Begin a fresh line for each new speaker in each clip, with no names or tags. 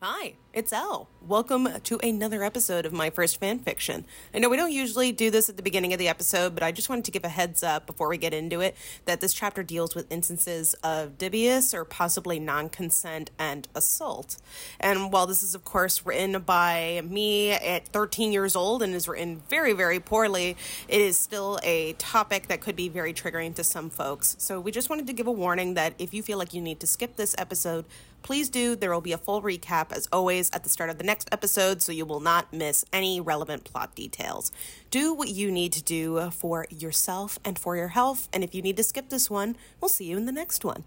Hi, it's Elle. Welcome to another episode of my first fan fiction. I know we don't usually do this at the beginning of the episode, but I just wanted to give a heads up before we get into it that this chapter deals with instances of dubious or possibly non consent and assault. And while this is, of course, written by me at 13 years old and is written very, very poorly, it is still a topic that could be very triggering to some folks. So we just wanted to give a warning that if you feel like you need to skip this episode, please do. There will be a full recap, as always, at the start of the next episode, so you will not miss any relevant plot details. Do what you need to do for yourself and for your health, and if you need to skip this one, we'll see you in the next one.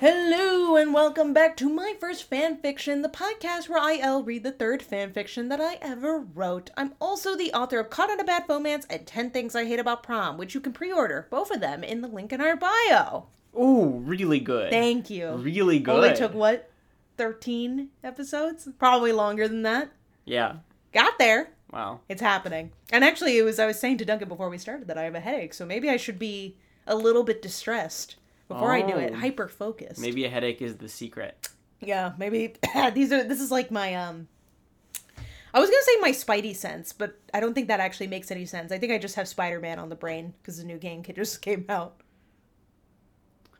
Hello and welcome back to my first fan fiction, the podcast where I'll read the third fan fiction that I ever wrote. I'm also the author of Caught on a Bad Romance and 10 Things I Hate About Prom, which you can pre-order both of them in the link in our bio.
Ooh, really good.
Thank you.
Really good.
Only took what? 13 episodes? Probably longer than that.
Yeah.
Got there.
Wow.
It's happening. And actually, it was I was saying to Duncan before we started that I have a headache, so maybe I should be a little bit distressed before I do it.
Oh.
Hyper focused.
Maybe a headache is the secret.
Yeah, maybe these are. This is like my um. I was gonna say my Spidey sense, but I don't think that actually makes any sense. I think I just have Spider Man on the brain because the new game kid just came out.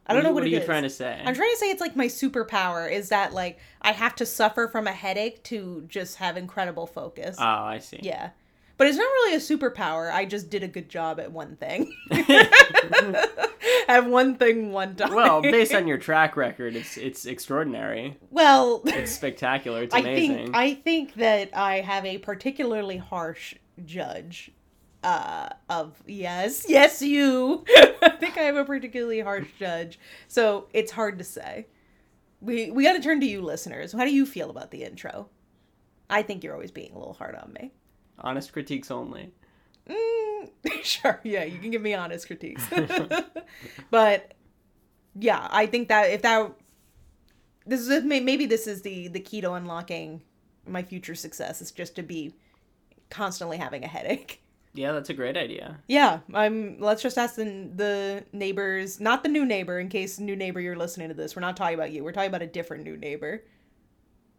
I don't know what,
are
it
you
is.
trying to say?
I'm trying to say it's like my superpower is that like I have to suffer from a headache to just have incredible focus.
Oh, I see.
Yeah. But it's not really a superpower. I just did a good job at one thing. at one thing one time.
Well, based on your track record, it's it's extraordinary.
well,
It's spectacular. It's
I
amazing.
think I think that I have a particularly harsh judge uh of yes, yes you. I think I have a particularly harsh judge. So, it's hard to say. We we got to turn to you listeners. How do you feel about the intro? I think you're always being a little hard on me.
Honest critiques only.
Mm, sure, yeah, you can give me honest critiques. but yeah, I think that if that this is may- maybe this is the the key to unlocking my future success is just to be constantly having a headache.
Yeah, that's a great idea.
Yeah, I'm let's just ask the, the neighbors, not the new neighbor in case new neighbor you're listening to this. We're not talking about you. We're talking about a different new neighbor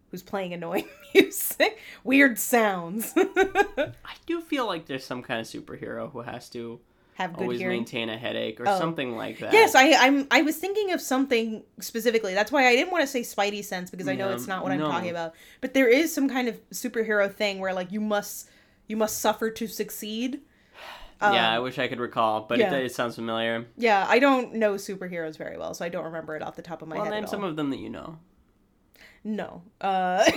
who's playing annoying music, weird sounds.
I do feel like there's some kind of superhero who has to
Have good
always
hearing.
maintain a headache or
Oh.
something like that.
Yes, I, I'm. I was thinking of something specifically. That's why I didn't want to say Spidey sense because I know
Yeah,
it's not what I'm
no.
talking about. But there is some kind of superhero thing where like you must you must suffer to succeed. Um,
yeah, I wish I could recall, but
yeah.
it, it sounds familiar.
yeah. I don't know superheroes very well, so I don't remember it off the top of my
Well,
head.
name
at
some
all.
of them that you know.
No, uh,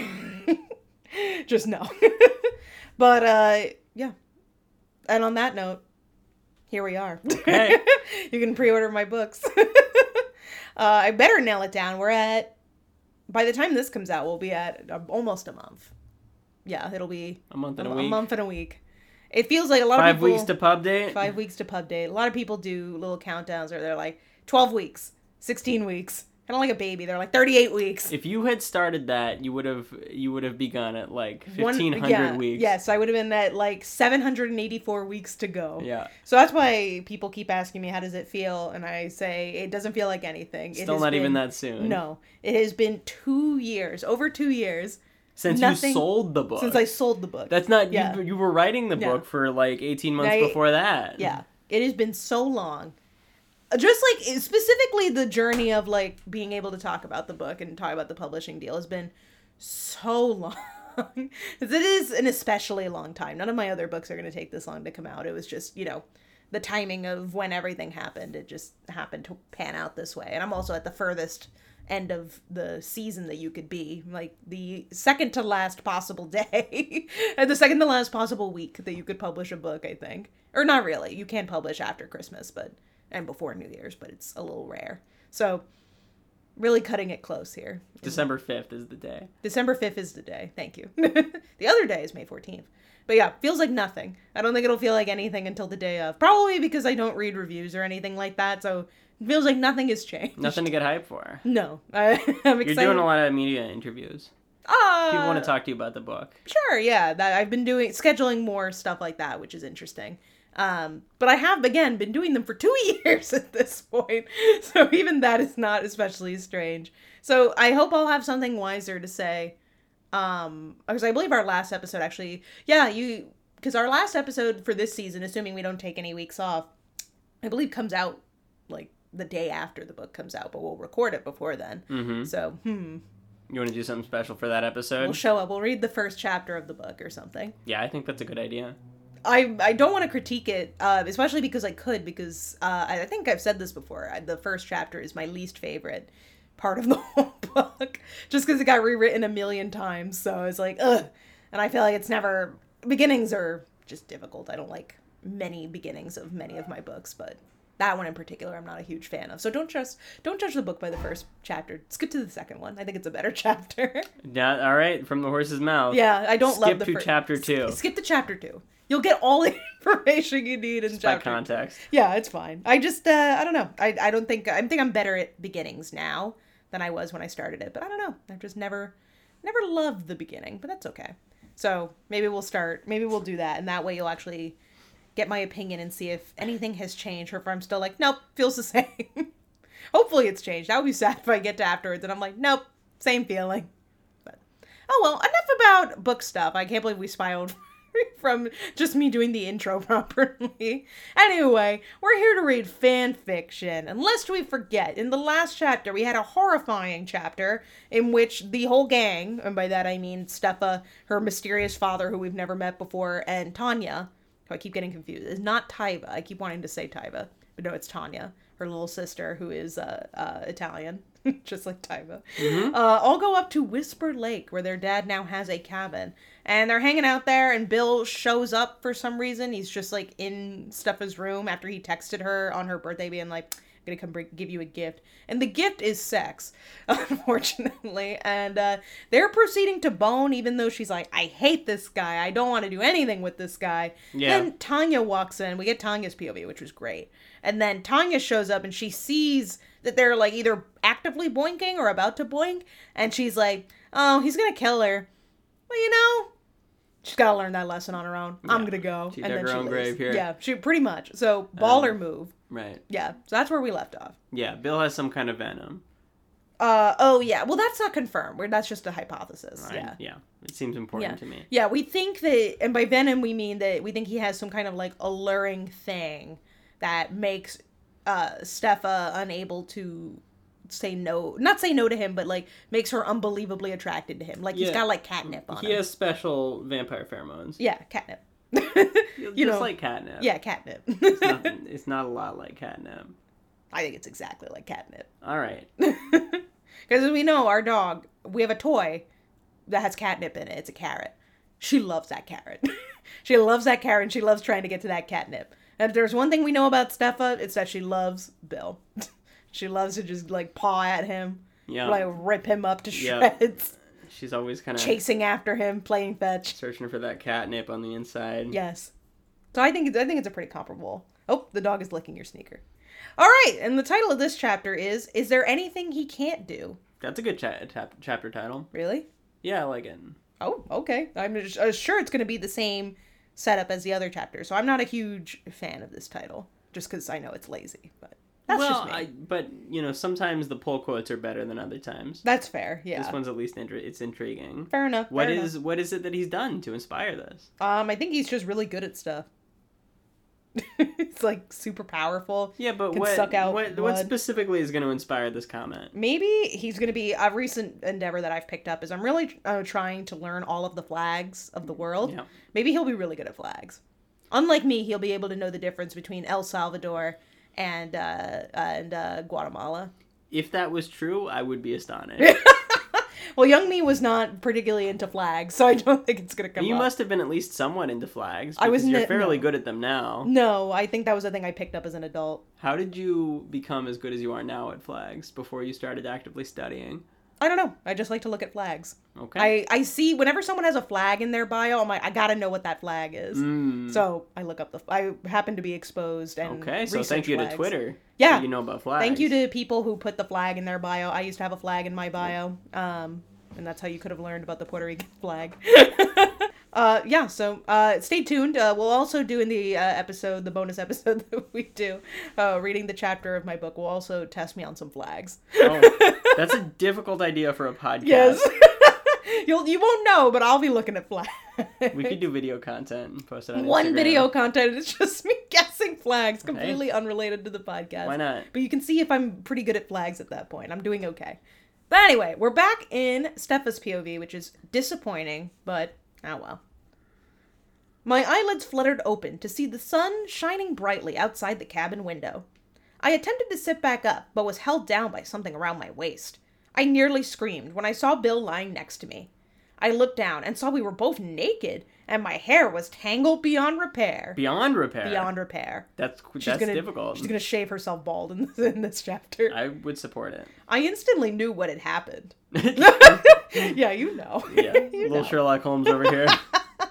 just no. but uh, yeah. And on that note, here we are.
Okay.
you can pre-order my books. uh, I better nail it down. We're at by the time this comes out, we'll be at uh, almost a month. Yeah, it'll be
A month
a,
and a,
a
week.
month and a week. It feels like a lot of
Five
people
weeks to pub date.
five weeks to pub date. A lot of people do little countdowns where they're like twelve weeks, sixteen weeks. Kind of like a baby. They're like thirty-eight weeks.
If you had started that, you would have you would have begun at like
One-
fifteen hundred
yeah,
weeks.
Yes, I would have been at like 784 weeks to go.
Yeah.
So that's why people keep asking me, how does it feel? And I say, it doesn't feel like anything. It
Still
has
not even
been-
that soon.
No. It has been two years, over two years,
Since
nothing-
you sold the book.
since I sold the book.
That's not
Yeah.
you, you were writing the
Yeah.
book for like 18 months
I-
before that.
yeah. It has been so long. Just like specifically the journey of like being able to talk about the book and talk about the publishing deal has been so long. 'Cause it is an especially long time. None of my other books are going to take this long to come out. It was just, you know, the timing of when everything happened. It just happened to pan out this way. And I'm also at the furthest end of the season that you could be, like the second to last possible day and the second to last possible week that you could publish a book, I think. Or not really. You can publish after Christmas, but and before New Year's, but it's a little rare. So really cutting it close here.
December 5th is the day.
December 5th is the day. Thank you. the other day is May 14th. But yeah, feels like nothing. I don't think it'll feel like anything until the day of. Probably because I don't read reviews or anything like that. So it feels like nothing has changed.
Nothing to get hype for.
No. I, I'm excited.
You're doing a lot of media interviews.
Uh,
People want to talk to you about the book.
Sure, yeah. That I've been doing scheduling more stuff like that, which is interesting. Um, but I have again been doing them for two years at this point, so even that is not especially strange. So I hope I'll have something wiser to say. Um, because I believe our last episode actually, yeah, you because our last episode for this season, assuming we don't take any weeks off, I believe comes out like the day after the book comes out, but we'll record it before then.
Mm-hmm.
So hmm,
You want to do something special for that episode?
we'll show up. We'll read the first chapter of the book or something.
yeah, I think that's a good idea.
I I don't want to critique it, uh, especially because I could, because uh, I I think I've said this before. I, the first chapter is my least favorite part of the whole book, just because it got rewritten a million times. So it's like, ugh. And I feel like it's never. Beginnings are just difficult. I don't like many beginnings of many of my books, but that one in particular, I'm not a huge fan of. So don't trust. Don't judge the book by the first chapter. Skip to the second one. I think it's a better chapter.
Yeah, all right, from the horse's mouth.
yeah, I don't love
Skip
the
to
first.
chapter two.
Skip to chapter two. You'll get all the information you need in
By
chapter.
context.
Yeah, it's fine. I just uh, I don't know. I, I don't think I think I'm better at beginnings now than I was when I started it. But I don't know. I've just never never loved the beginning. But that's okay. So maybe we'll start. Maybe we'll do that, and that way you'll actually get my opinion and see if anything has changed or if I'm still like, nope, feels the same. Hopefully it's changed. I would be sad if I get to afterwards and I'm like, nope, same feeling. But oh well, enough about book stuff. I can't believe we spiraled from just me doing the intro properly. Anyway, we're here to read fan fiction. And lest we forget, in the last chapter we had a horrifying chapter in which the whole gang, and by that I mean Stefa, her mysterious father who we've never met before, and Tanya, who I keep getting confused. It's not Taiva. I keep wanting to say Taiva, but no, it's Tanya, her little sister, who is uh, uh, Italian, just like Taiva. Uh, all go up to Whisper Lake, where their dad now has a cabin, and they're hanging out there. And Bill shows up for some reason. He's just like in Stefa's room after he texted her on her birthday, being like. I'm Gonna come bring, give you a gift, and the gift is sex, unfortunately. And uh, they're proceeding to bone, even though she's like, "I hate this guy. I don't want to do anything with this guy."
Yeah.
Then Tanya walks in. We get Tanya's POV, which was great. And then Tanya shows up and she sees that they're like either actively boinking or about to boink. And she's like, oh, he's going to kill her. Well, you know, she's got to learn that lesson on her own. I'm going to go.
She dug her own grave here. Um,
Yeah, she pretty much. So baller move.
Right.
Yeah. So that's where we left off.
Yeah, Bill has some kind of venom.
Uh, oh, yeah. Well, that's not confirmed. We're, that's just a hypothesis.
I-
Yeah.
Yeah. It seems important to me.
Yeah, we think that, and by venom we mean that we think he has some kind of like alluring thing that makes uh Stefa unable to say no, not say no to him, but like makes her unbelievably attracted to him. Like he's
Yeah.
got like catnip on
He
him.
has special vampire pheromones.
Yeah, catnip.
Just
you know,
like catnip.
yeah, catnip.
It's not, it's not a lot like catnip.
I think it's exactly like catnip.
All right.
Because as we know, our dog, we have a toy that has catnip in it. It's a carrot. She loves that carrot. she loves that carrot and she loves trying to get to that catnip. And if there's one thing we know about Stefa, it's that she loves Bill. she loves to just like paw at him,
Yeah.
like rip him up to
Yeah.
shreds,
She's always kind of
chasing after him, playing fetch.
searching for that catnip on the inside.
Yes. So I think it's, I think it's a pretty comparable. Oh, the dog is licking your sneaker. All right, and the title of this chapter is "Is there anything he can't do?"
That's a good cha- tap- chapter title.
Really?
Yeah, I like it.
Oh, okay. I'm just, uh, sure it's going to be the same setup as the other chapter, so I'm not a huge fan of this title, just because I know it's lazy. But that's just
well,
me.
I, but you know, sometimes the pull quotes are better than other times.
That's fair. Yeah.
This one's at least intri- it's intriguing.
fair enough.
What
fair
is what is it that he's done to inspire this?
Enough. Um, I think he's just really good at stuff. it's like super powerful.
Yeah, but
Can
what
suck out
what, what
blood.
specifically is going to inspire this comment?
Maybe he's going to be a recent endeavor that I've picked up is I'm really uh, trying to learn all of the flags of the world.
Yeah.
Maybe he'll be really good at flags. Unlike me, he'll be able to know the difference between El Salvador and uh, and uh, Guatemala.
If that was true, I would be astonished.
Well, Young Me was not particularly into flags, so I don't think it's gonna come
you
up.
must have been at least somewhat into flags.
I was
because You're
ne-
fairly
no.
good at them now.
No, I think that was the thing I picked up as an adult.
How did you become as good as you are now at flags before you started actively studying?
I don't know. I just like to look at flags.
Okay.
I, I see whenever someone has a flag in their bio, I'm like, I gotta know what that flag is.
Mm.
So I look up the. I happen to be exposed and
okay, so
research
thank you
flags.
to Twitter.
Yeah.
that You know about flags.
Thank you to people who put the flag in their bio. I used to have a flag in my bio. Um, and that's how you could have learned about the Puerto Rican flag. uh, yeah, so uh, stay tuned. Uh, we'll also do in the uh, episode, the bonus episode that we do, uh, reading the chapter of my book. We'll also test me on some flags.
Oh, that's a difficult idea for a podcast.
Yes. You'll you won't know, but I'll be looking at flags.
We could do video content and post it on
One
Instagram.
video content is just me guessing flags, completely unrelated to the podcast.
Why not?
But you can see if I'm pretty good at flags at that point. I'm doing okay. But anyway, we're back in Stefa's POV, which is disappointing, but oh well. My eyelids fluttered open to see the sun shining brightly outside the cabin window. I attempted to sit back up, but was held down by something around my waist. I nearly screamed when I saw Bill lying next to me. I looked down and saw we were both naked, and my hair was tangled beyond repair.
Beyond repair.
Beyond repair.
That's
She's
that's
gonna,
difficult.
She's gonna shave herself bald in this, in this chapter.
I would support it.
I instantly knew what had happened.
yeah,
yeah, you know. You
little
know.
Sherlock Holmes over here.
Oh,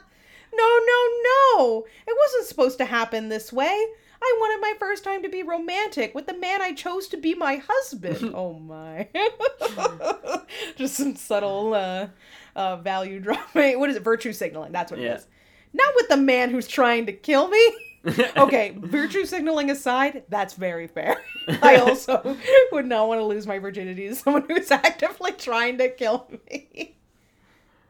No, no, no! It wasn't supposed to happen this way. I wanted my first time to be romantic with the man I chose to be my husband. oh my. Just some subtle uh, uh, value dropping. What is it? Virtue signaling. That's what
Yeah.
it is. Not with the man who's trying to kill me. okay, virtue signaling aside, that's very fair. I also would not want to lose my virginity to someone who's actively trying to kill me.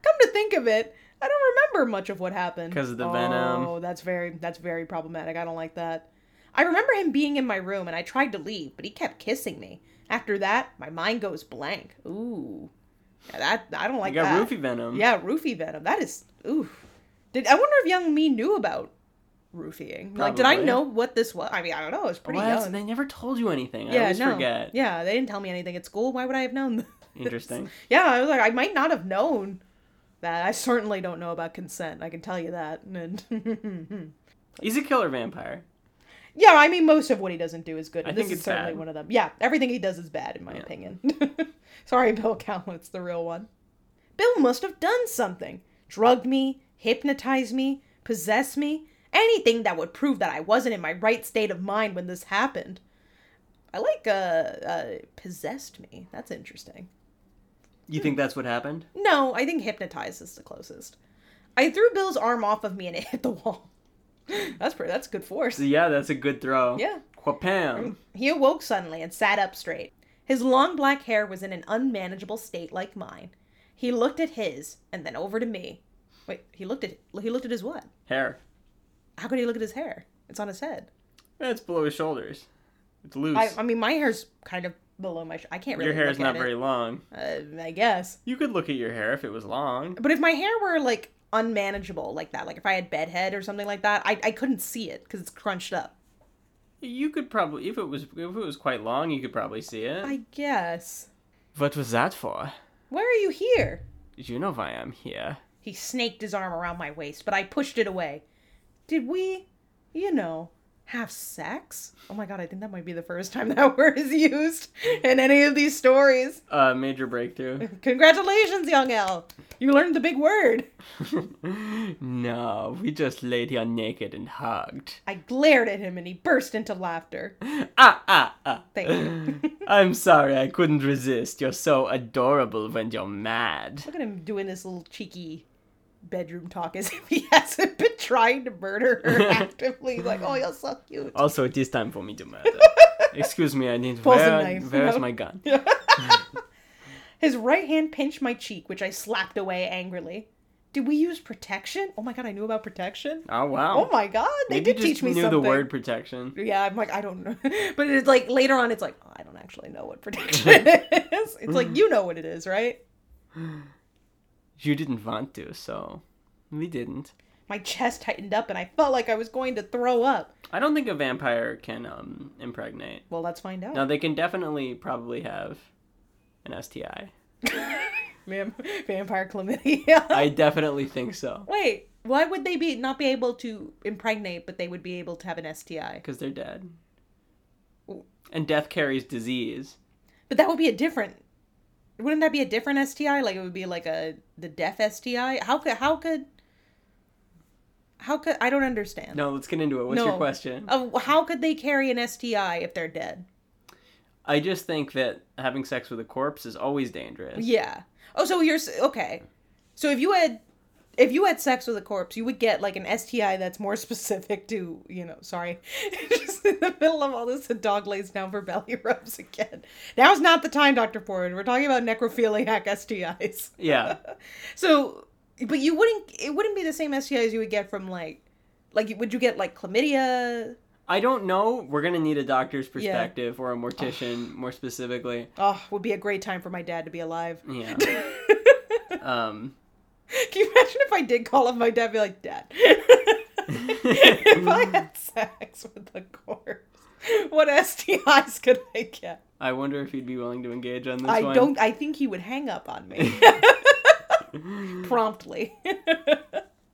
Come to think of it, I don't remember much of what happened
'Cause of the venom.
Oh, that's very that's very problematic. I don't like that. I remember him being in my room and I tried to leave, but he kept kissing me. After that, my mind goes blank. Ooh, Yeah, that I don't
I
like
got
that.
roofie venom.
Yeah, roofie venom. That is ooh. Did I wonder if young me knew about roofieing? Like, did I
Probably.
know what this was? I mean, I don't know. It's pretty
What?
young.
They never told you anything. I
yeah,
always
no.
forget.
Yeah, they didn't tell me anything at school. Why would I have known? this?
Interesting.
Yeah, I was like, I might not have known that. I certainly don't know about consent. I can tell you that. And
He's a killer vampire.
yeah, I mean, most of what he doesn't do is good.
I
And this
think
is
it's
certainly
bad.
one of them. Yeah, everything he does is bad, in my
Yeah.
opinion. Sorry, Bill Cowlitz, the real one. Bill must have done something. Drugged me, hypnotized me, possessed me, anything that would prove that I wasn't in my right state of mind when this happened. I like uh, uh possessed me. That's interesting.
You
Hmm.
think that's what happened?
No, I think hypnotized is the closest. I threw Bill's arm off of me and it hit the wall. That's pretty that's good force.
So yeah, that's a good throw.
Yeah. Mm.
Quapam.
He awoke suddenly and sat up straight. His long black hair was in an unmanageable state like mine. He looked at his and then over to me. Wait, he looked at he looked at his what?
Hair.
How could he look at his hair? It's on his head.
That's Eh, below his shoulders. It's loose.
I, I mean, my hair's kind of below my. Sh- I can't really.
your hair is
look
not
at
very
it.
long.
Uh, I guess.
You could look at your hair if it was long.
But if my hair were like unmanageable like that, like if I had bedhead or something like that, I I couldn't see it because it's crunched up.
You could probably, if it was, if it was quite long, you could probably see it.
I guess.
What was that for?
Why are you here?
You know why I'm here.
He snaked his arm around my waist, but I pushed it away. Did we, you know, have sex? Oh my god, I think that might be the first time that word is used in any of these stories.
Uh, major breakthrough.
Congratulations, young L. You learned the big word.
no, we just laid here naked and hugged.
I glared at him and he burst into laughter.
Ah, ah, ah.
Thank you.
I'm sorry, I couldn't resist. You're so adorable when you're mad.
Look at him doing this little cheeky bedroom talk as if he hasn't been trying to murder her actively. He's like, oh, you're so cute.
Also, it is time for me to murder. Excuse me, I need.
Pulls a
where-
knife
Where's
out.
my gun?
His right hand pinched my cheek, which I slapped away angrily. Did we use protection? Oh my god, I knew about protection.
Oh wow.
Oh my god, they
Maybe
did
you just
teach me
knew
something.
the word protection.
Yeah, I'm like I don't know, but it's like later on, it's like oh, I don't actually know what protection is. It's like you know what it is, right?
You didn't want to, so we didn't.
My chest tightened up, and I felt like I was going to throw up.
I don't think a vampire can um impregnate.
Well, let's find out,
Now they can definitely probably have an STI.
Vam- vampire chlamydia.
I definitely think so
Wait, why would they be not be able to impregnate, but they would be able to have an STI?
because they're dead.
Ooh.
And death carries disease.
But that would be a different. Wouldn't that be a different STI? Like it would be like a the deaf STI. How could how could how could I don't understand.
No, let's get into it. What's your
No.
question?
Uh, how could they carry an STI if they're dead?
I just think that having sex with a corpse is always dangerous.
Yeah. Oh, so here's okay. So if you had if you had sex with a corpse, you would get like an STI that's more specific to you know. Sorry, just in the middle of all this, the dog lays down for belly rubs again. Now's not the time, Doctor Ford. We're talking about necrophiliac STIs.
Yeah.
So, but you wouldn't. It wouldn't be the same STIs you would get from like, like would you get like chlamydia?
I don't know. We're gonna need a doctor's perspective or a mortician, more specifically.
Oh, would be a great time for my dad to be alive.
Yeah. um.
Can you imagine if I did call up my dad and be like, Dad, if I had sex with a corpse, what STIs could I get?
I wonder if he'd be willing to engage on this
I
one.
don't, I think he would hang up on me promptly.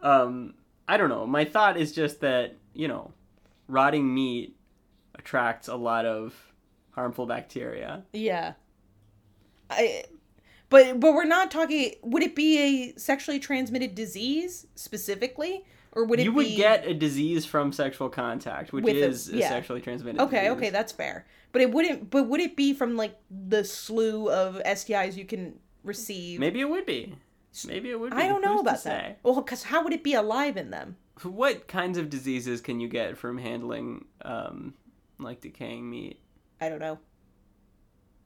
Um. I don't know. My thought is just that you know, rotting meat attracts a lot of harmful bacteria.
yeah. I, but, but we're not talking, would it be a sexually transmitted disease specifically? Or would it
you would
be-
get a disease from sexual contact, which
With a-
is a,
yeah.
sexually transmitted.
Okay,
disease.
okay, that's fair. But it wouldn't, but would it be from like the slew of STIs you can receive?
Maybe it would be. Maybe it would. be.
I don't know
Who's to
about
say?
that. Well, because how would it be alive in them?
What kinds of diseases can you get from handling, um, like decaying meat?
I don't know.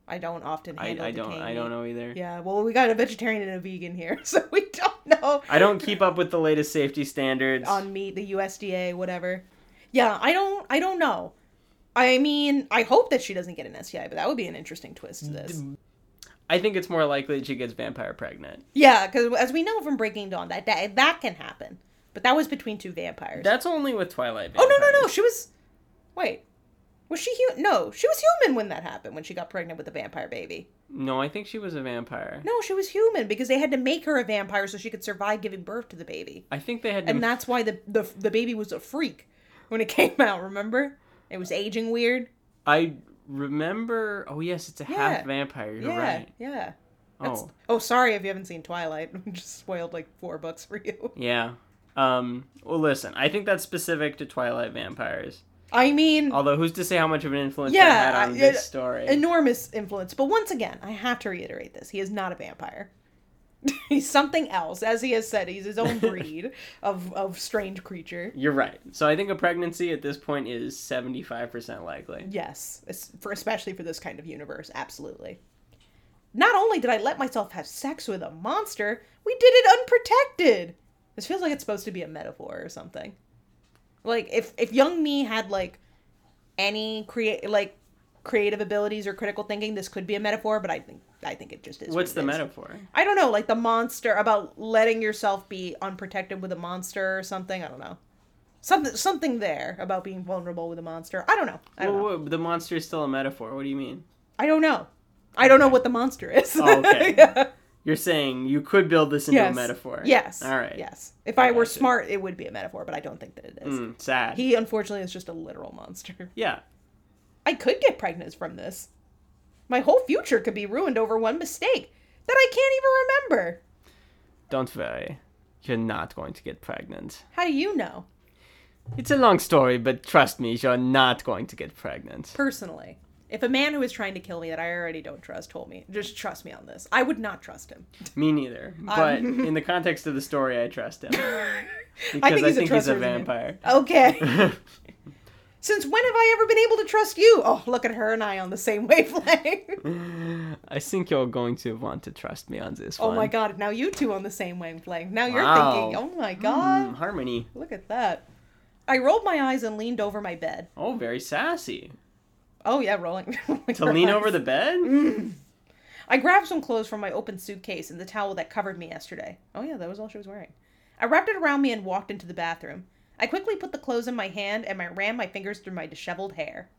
I don't often
I,
handle
I don't.
decaying
I don't
meat.
know either.
Yeah, well, we got a vegetarian and a vegan here, so we don't know
I don't keep up with the latest safety standards.
on meat, the USDA, whatever. Yeah, I don't. I don't know. I mean, I hope that she doesn't get an STI, but that would be an interesting twist
Mm,
to this.
I think it's more likely that she gets vampire pregnant.
Yeah, because as we know from Breaking Dawn, that, that that can happen. But that was between two vampires.
That's only with Twilight.
Oh no no no!
vampires.
She was. Wait, was she human? No, she was human when that happened. When she got pregnant with the vampire baby.
No, I think she was a vampire.
No, she was human because they had to make her a vampire so she could survive giving birth to the baby,
I think they had.
and
to...
that's why the the the baby was a freak when it came out. Remember, it was aging weird.
I remember. Oh yes, it's a
Yeah.
half vampire. You're
yeah,
right.
yeah. That's,
Oh
oh. sorry if you haven't seen Twilight. I just spoiled like four books for you.
yeah. Um. Well, listen. I think that's specific to Twilight vampires.
I mean,
Although, who's to say how much of an influence
Yeah,
that had on
I-
this
it-
story?
enormous influence. But once again, I have to reiterate this: he is not a vampire. he's something else, as he has said. He's his own breed of of strange creature.
You're right. So I think a pregnancy at this point is 75% likely.
Yes, es- for especially for this kind of universe, absolutely. Not only did I let myself have sex with a monster, we did it unprotected. This feels like it's supposed to be a metaphor or something. Like if if young me had like any create like creative abilities or critical thinking, this could be a metaphor. But I think I think it just is. what
What's
it
the
is.
metaphor?
I don't know, like the monster about letting yourself be unprotected with a monster or something. I don't know. Something something there about being vulnerable with a monster. I don't know. I don't know.
Well, wha- the monster is still a metaphor. What do you mean?
I don't know. I don't know what the monster is.
Oh, okay.
yeah.
You're saying you could build this into a
Yes.
metaphor.
Yes.
All right.
Yes. If I were
gotcha.
smart, it would be a metaphor, but I don't think that it is.
Mm, sad.
He unfortunately is just a literal monster.
Yeah.
I could get pregnant from this. My whole future could be ruined over one mistake that I can't even remember.
Don't worry. You're not going to get pregnant.
How do you know?
It's a long story, but trust me, you're not going to get pregnant.
Personally, if a man who is trying to kill me that I already don't trust told me, just trust me on this, I would not trust him.
Me neither. But in the context of the story, I trust him. Because
think he's a trustworthy man.
vampire.
Okay. Since when have I ever been able to trust you? Oh, look at her and I on the same wavelength.
I think you're going to want to trust me on this
Oh
one.
my god, now you two on the same wavelength. Now you're
Wow.
thinking, oh my god,
Mm, harmony.
look at that. I rolled my eyes and leaned over my bed.
Oh, very sassy.
Oh yeah, rolling.
To lean over the bed?
I grabbed some clothes from my open suitcase and the towel that covered me yesterday. Oh yeah, that was all she was wearing. I wrapped it around me and walked into the bathroom. I quickly put the clothes in my hand and I ran my fingers through my disheveled hair.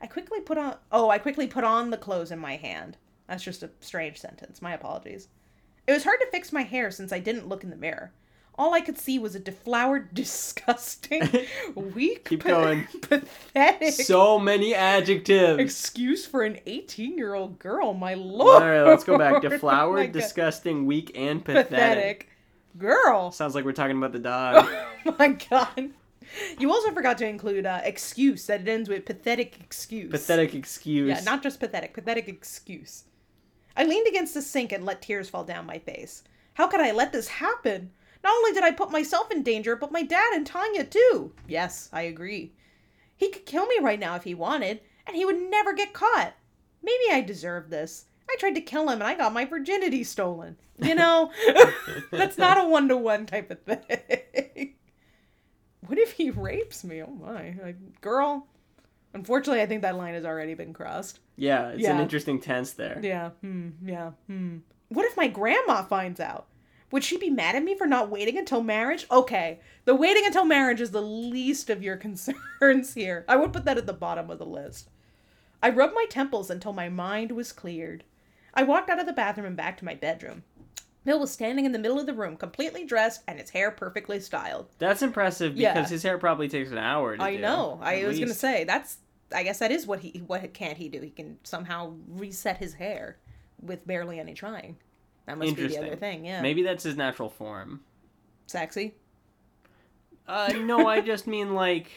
I quickly put on oh, I quickly put on the clothes in my hand. That's just a strange sentence. My apologies. It was hard to fix my hair since I didn't look in the mirror. All I could see was a deflowered, disgusting, weak,
Keep
pa-
going.
pathetic
So many adjectives.
excuse for an 18 year old girl, my
All
lord.
right, let's go back to
Oh My God.
flowered, disgusting, weak, and pathetic.
pathetic. Girl.
Sounds like we're talking about the dog.
Oh my god. You also forgot to include uh, excuse that it ends with pathetic excuse.
Pathetic excuse.
Yeah, not just pathetic, pathetic excuse. I leaned against the sink and let tears fall down my face. How could I let this happen? Not only did I put myself in danger, but my dad and Tanya too. Yes, I agree. He could kill me right now if he wanted, and he would never get caught. Maybe I deserve this. I tried to kill him and I got my virginity stolen. You know, that's not a one to one type of thing. what if he rapes me? Oh my. Like, girl, unfortunately, I think that line has already been crossed.
yeah, it's an
yeah.
interesting tense there.
Yeah, hmm, yeah, hmm. What if my grandma finds out? Would she be mad at me for not waiting until marriage? Okay, the waiting until marriage is the least of your concerns here. I would put that at the bottom of the list. I rubbed my temples until my mind was cleared. I walked out of the bathroom and back to my bedroom. Bill was standing in the middle of the room, completely dressed and his hair perfectly styled.
That's impressive
Yeah.
because his hair probably takes an hour to
I
do,
know. I
at
was gonna
least.
say that's. I guess that is what he. What can't he do? He can somehow reset his hair with barely any trying. That must be the
Interesting.
other thing. Yeah.
Maybe that's his natural form.
Sexy.
Uh, no, I just mean like,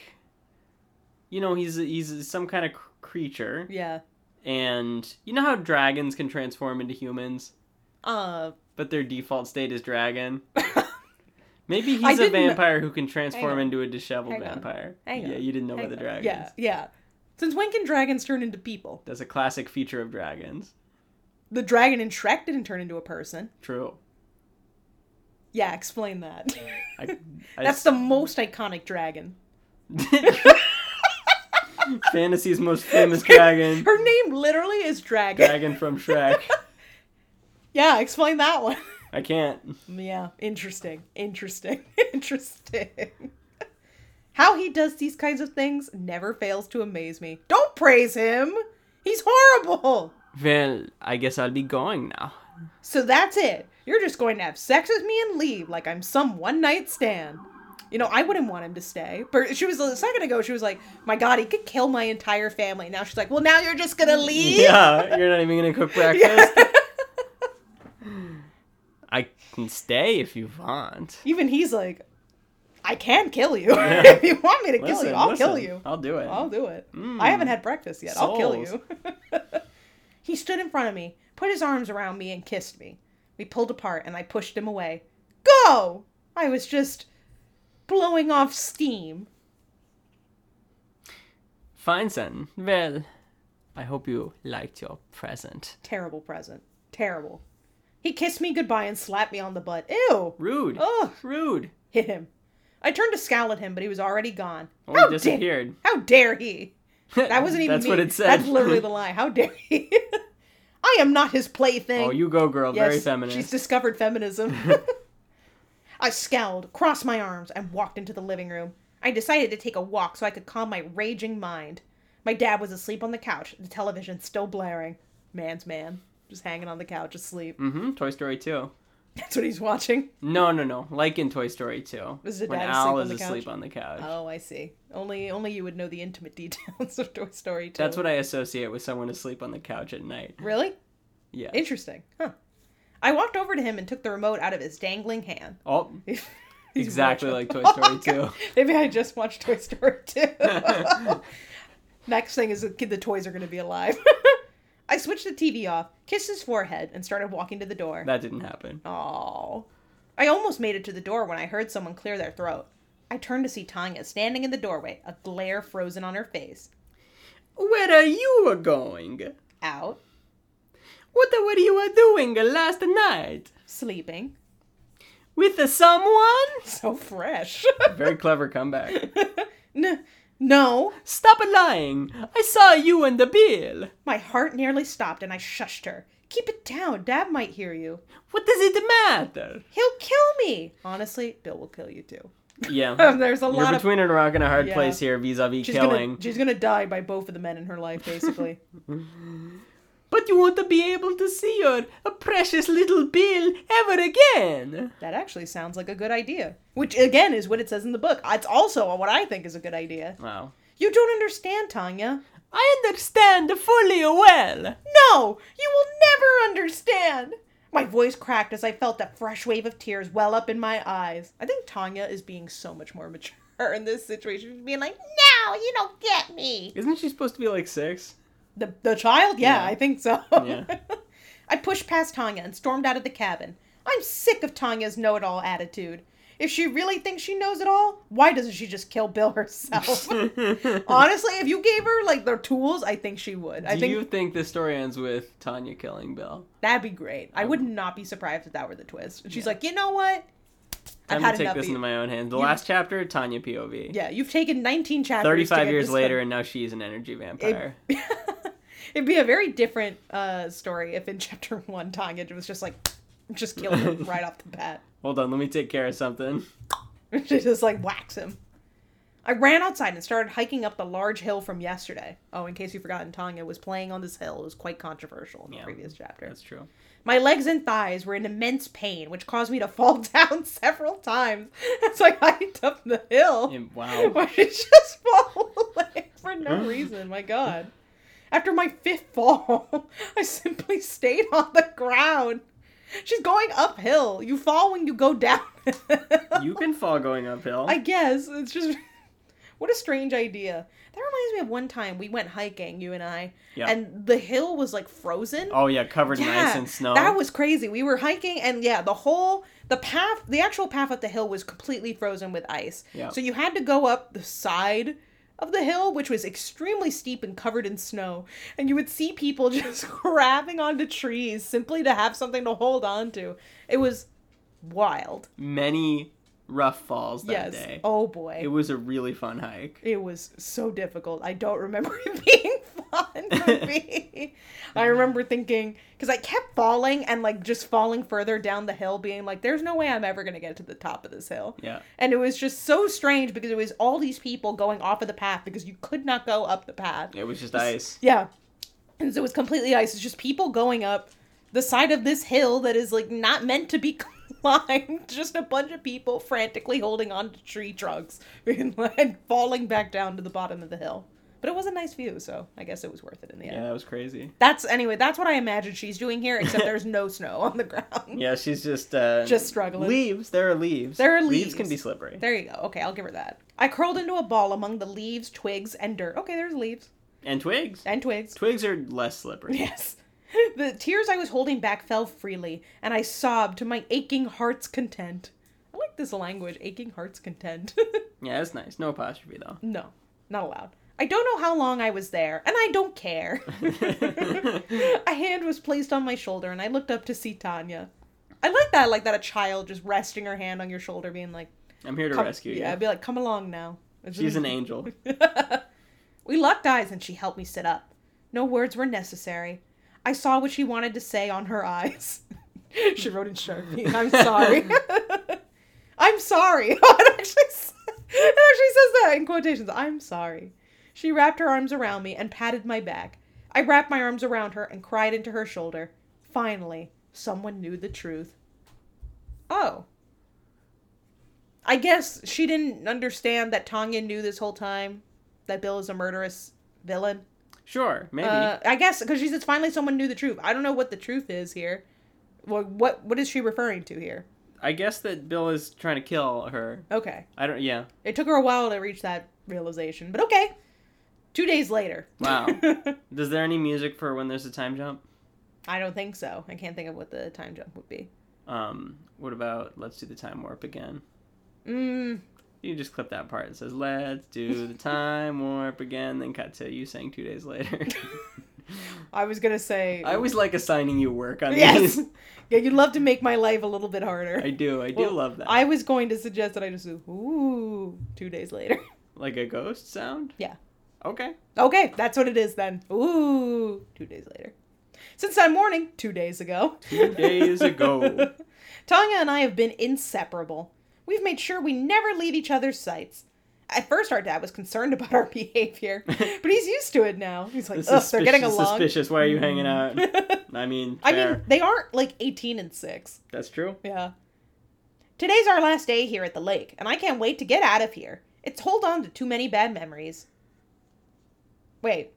you know, he's he's some kind of cr- creature,
Yeah.
and you know how dragons can transform into humans,
Uh.
but their default state is dragon. Maybe
I
he's a
didn't kn-
vampire who can transform
on.
into a disheveled
Hang on.
vampire.
Hang
yeah,
on.
you didn't know
hang
about the
on.
dragons.
Yeah. Yeah. Since when can dragons turn into people?
That's a classic feature of dragons.
The dragon in Shrek didn't turn into a person.
True.
Yeah, explain that.
I, I
That's the most iconic dragon.
the fantasy's most famous dragon.
Her name literally is Dragon.
Dragon from Shrek.
Yeah, explain that one.
I can't.
Yeah, interesting, interesting, interesting. How he does these kinds of things never fails to amaze me. Don't praise him. He's horrible.
Well, I guess I'll be going now.
So that's it. You're just going to have sex with me and leave like I'm some one night stand. You know, I wouldn't want him to stay. But she was a second ago, she was like, My God, he could kill my entire family. Now she's like, Well, now you're just gonna leave?
Yeah, you're not even gonna cook breakfast. I can stay if you want.
Even he's like, I can kill you. if you want me to kill
Listen,
you, I'll kill
listen,
you.
I'll do it.
I'll do it.
Mm.
I haven't had breakfast yet. I'll kill
Souls.
you. he stood in front of me, put his arms around me, and kissed me. We pulled apart, and I pushed him away. Go! I was just blowing off steam.
Fine, son. Well, I hope you liked your present.
Terrible present. Terrible. He kissed me goodbye and slapped me on the butt. Ew!
Rude.
Ugh!
Rude.
Hit him. I turned to scowl at him, but he was already gone.
Oh,
How
he
dare,
disappeared.
how dare he? That wasn't even
That's
me.
what it said.
That's literally the lie. How dare he? I am not his plaything.
oh, you go, girl. Very
Yes,
feminist.
She's discovered feminism. I scowled, crossed my arms, and walked into the living room. I decided to take a walk so I could calm my raging mind. My dad was asleep on the couch, the television still blaring. Man's man, just hanging on the couch asleep.
Mm-hmm. Toy Story 2.
That's what he's watching.
No, no, no. Like in Toy Story 2.
Was the
when
dad asleep
Al
on
is
the couch?
asleep on the couch.
Oh, I see. Only, only you would know the intimate details of Toy Story 2.
That's what I associate with someone asleep on the couch at night.
Really?
Yeah.
Interesting. Huh. I walked over to him and took the remote out of his dangling hand.
Oh,
He's
exactly
watching-
like Toy
Oh
Story
my
2.
God. Maybe I just watched Toy Story 2. Next thing is the, kid- the toys are going to be alive. I switched the TV off, kissed his forehead, and started walking to the door.
That didn't happen.
Oh. I almost made it to the door when I heard someone clear their throat. I turned to see Tanya standing in the doorway, a glare frozen on her face.
Where are you going?
Out,
What were you doing last night?
sleeping,
With someone?
so fresh.
Very clever comeback.
N- no.
Stop lying! I saw you and the bill.
My heart nearly stopped and I shushed her. Keep it down. Dad might hear you.
What does it matter?
He'll kill me. Honestly, Bill will kill you too.
Yeah.
There's a
You're
lot of
between a rock and a hard
Yeah.
place here vis-a-vis
she's
killing.
gonna she's gonna die by both of the men in her life, basically.
But you won't be able to see your precious little bill ever again.
that actually sounds like a good idea, which again is what it says in the book. It's also what I think is a good idea.
Wow.
You don't understand, Tanya.
I understand fully well.
No, you will never understand. My voice cracked as I felt a fresh wave of tears well up in my eyes. I think Tanya is being so much more mature her in this situation. She's being like, "No, you don't get me."
Isn't she supposed to be like six?
The the child? Yeah,
Yeah.
I think so.
Yeah.
I pushed past Tanya and stormed out of the cabin. I'm sick of Tanya's know it all attitude. If she really thinks she knows it all, why doesn't she just kill Bill herself? Honestly, if you gave her like their tools, I think she would. I
Do
think
you think this story ends with Tanya killing Bill?
that'd be great.
Oh.
I would not be surprised if that were the twist. And she's like, you know what?
Time
I've had
to take
enough.
this
of you.
into my own hands. The last chapter, Tanya POV.
yeah, you've taken 19 chapters. to
Thirty-five
get
years
this
later, and now she's an energy vampire.
It'd be a very different uh, story if in chapter one Tanya was just like, just kill him right off the bat.
Hold on, let me take care of something.
She just like whacks him. I ran outside and started hiking up the large hill from yesterday. Oh, in case you've forgotten, Tanya was playing on this hill. It was quite controversial in the
Yeah.
previous chapter.
That's true.
My legs and thighs were in immense pain, which caused me to fall down several times as I hiked up the hill.
And wow.
Why did she just fall away for no reason? My God. After my fifth fall, I simply stayed on the ground. She's going uphill. You fall when you go down.
You can fall going uphill.
I guess. It's just. What a strange idea. That reminds me of one time we went hiking, you and I,
Yeah.
and the hill was like frozen.
Oh yeah, covered in ice and snow.
That was crazy. We were hiking and yeah, the whole the path the actual path up the hill was completely frozen with ice.
Yeah.
So you had to go up the side of the hill, which was extremely steep and covered in snow, and you would see people just grabbing onto trees simply to have something to hold on to. It was wild.
many rough falls that
yes.
day.
Oh boy.
It was a really fun hike.
It was so difficult. I don't remember it being fun for me. I remember thinking because I kept falling and like just falling further down the hill, being like, "There's no way I'm ever gonna get to the top of this hill."
Yeah.
And it was just so strange because it was all these people going off of the path because you could not go up the path.
It was just ice.
Yeah. And so it was completely ice. It's just people going up the side of this hill that is like not meant to be climbed. Just a bunch of people frantically holding on to tree trunks and, and falling back down to the bottom of the hill. But it was a nice view, so I guess it was worth it in the end.
Yeah, that was crazy.
That's anyway, that's what I imagine she's doing here, except there's no snow on the ground.
Yeah, she's just uh
Just struggling.
Leaves. There are leaves.
There are
Leaves can
leaves.
be slippery.
There you go. Okay, I'll give her that. I curled into a ball among the leaves, twigs, and dirt. Okay, there's leaves
And twigs.
and twigs.
Twigs are less slippery.
Yes. The tears I was holding back fell freely, and I sobbed to my aching heart's content. I like this language, aching heart's content.
Yeah, that's nice. No apostrophe though.
no, not allowed. I don't know how long I was there, and I don't care. a hand was placed on my shoulder, and I looked up to see Tanya. I like that, I like that a child just resting her hand on your shoulder, being like,
I'm here to
"Come-
rescue
Yeah, I'd
you.
be like, come along now.
She's an angel.
We locked eyes and she helped me sit up. No words were necessary. I saw what she wanted to say on her eyes. she wrote in Sharpie, I'm sorry. I'm sorry. it, actually, s- it actually says that in quotations. I'm sorry. She wrapped her arms around me and patted my back. I wrapped my arms around her and cried into her shoulder. Finally, someone knew the truth. Oh. I guess she didn't understand that Tanya knew this whole time that Bill is a murderous villain.
Sure, maybe.
Uh, I guess because she says finally someone knew the truth. I don't know what the truth is here. What what what is she referring to here?
I guess that Bill is trying to kill her.
Okay,
I don't. Yeah.
it took her a while to reach that realization, but okay. Two days later.
Wow. Is there any music for when there's a time jump?
I don't think so. I can't think of what the time jump would be.
Um, what about let's do the time warp again?
Mm,
You just clip that part. It says let's do the time warp again, then cut to you saying two days later.
I was gonna say
I always like assigning you work on
yes.
these.
yeah, you'd love to make my life a little bit harder.
I do. I do
Well,
love that.
I was going to suggest that I just do ooh two days later.
Like a ghost sound?
Yeah.
Okay.
Okay, that's what it is then. Ooh, two days later. Since that morning, two days ago.
Two days ago.
Tanya and I have been inseparable. We've made sure we never leave each other's sights. At first, our dad was concerned about our behavior, but he's used to it now. He's like,
This
ugh,
is
they're getting
suspicious-
along.
Suspicious. Why are you hanging out? I mean,
I
fair.
mean, they aren't like 18 and 6.
that's true.
Yeah. Today's our last day here at the lake, and I can't wait to get out of here. It's hold on to too many bad memories. Wait,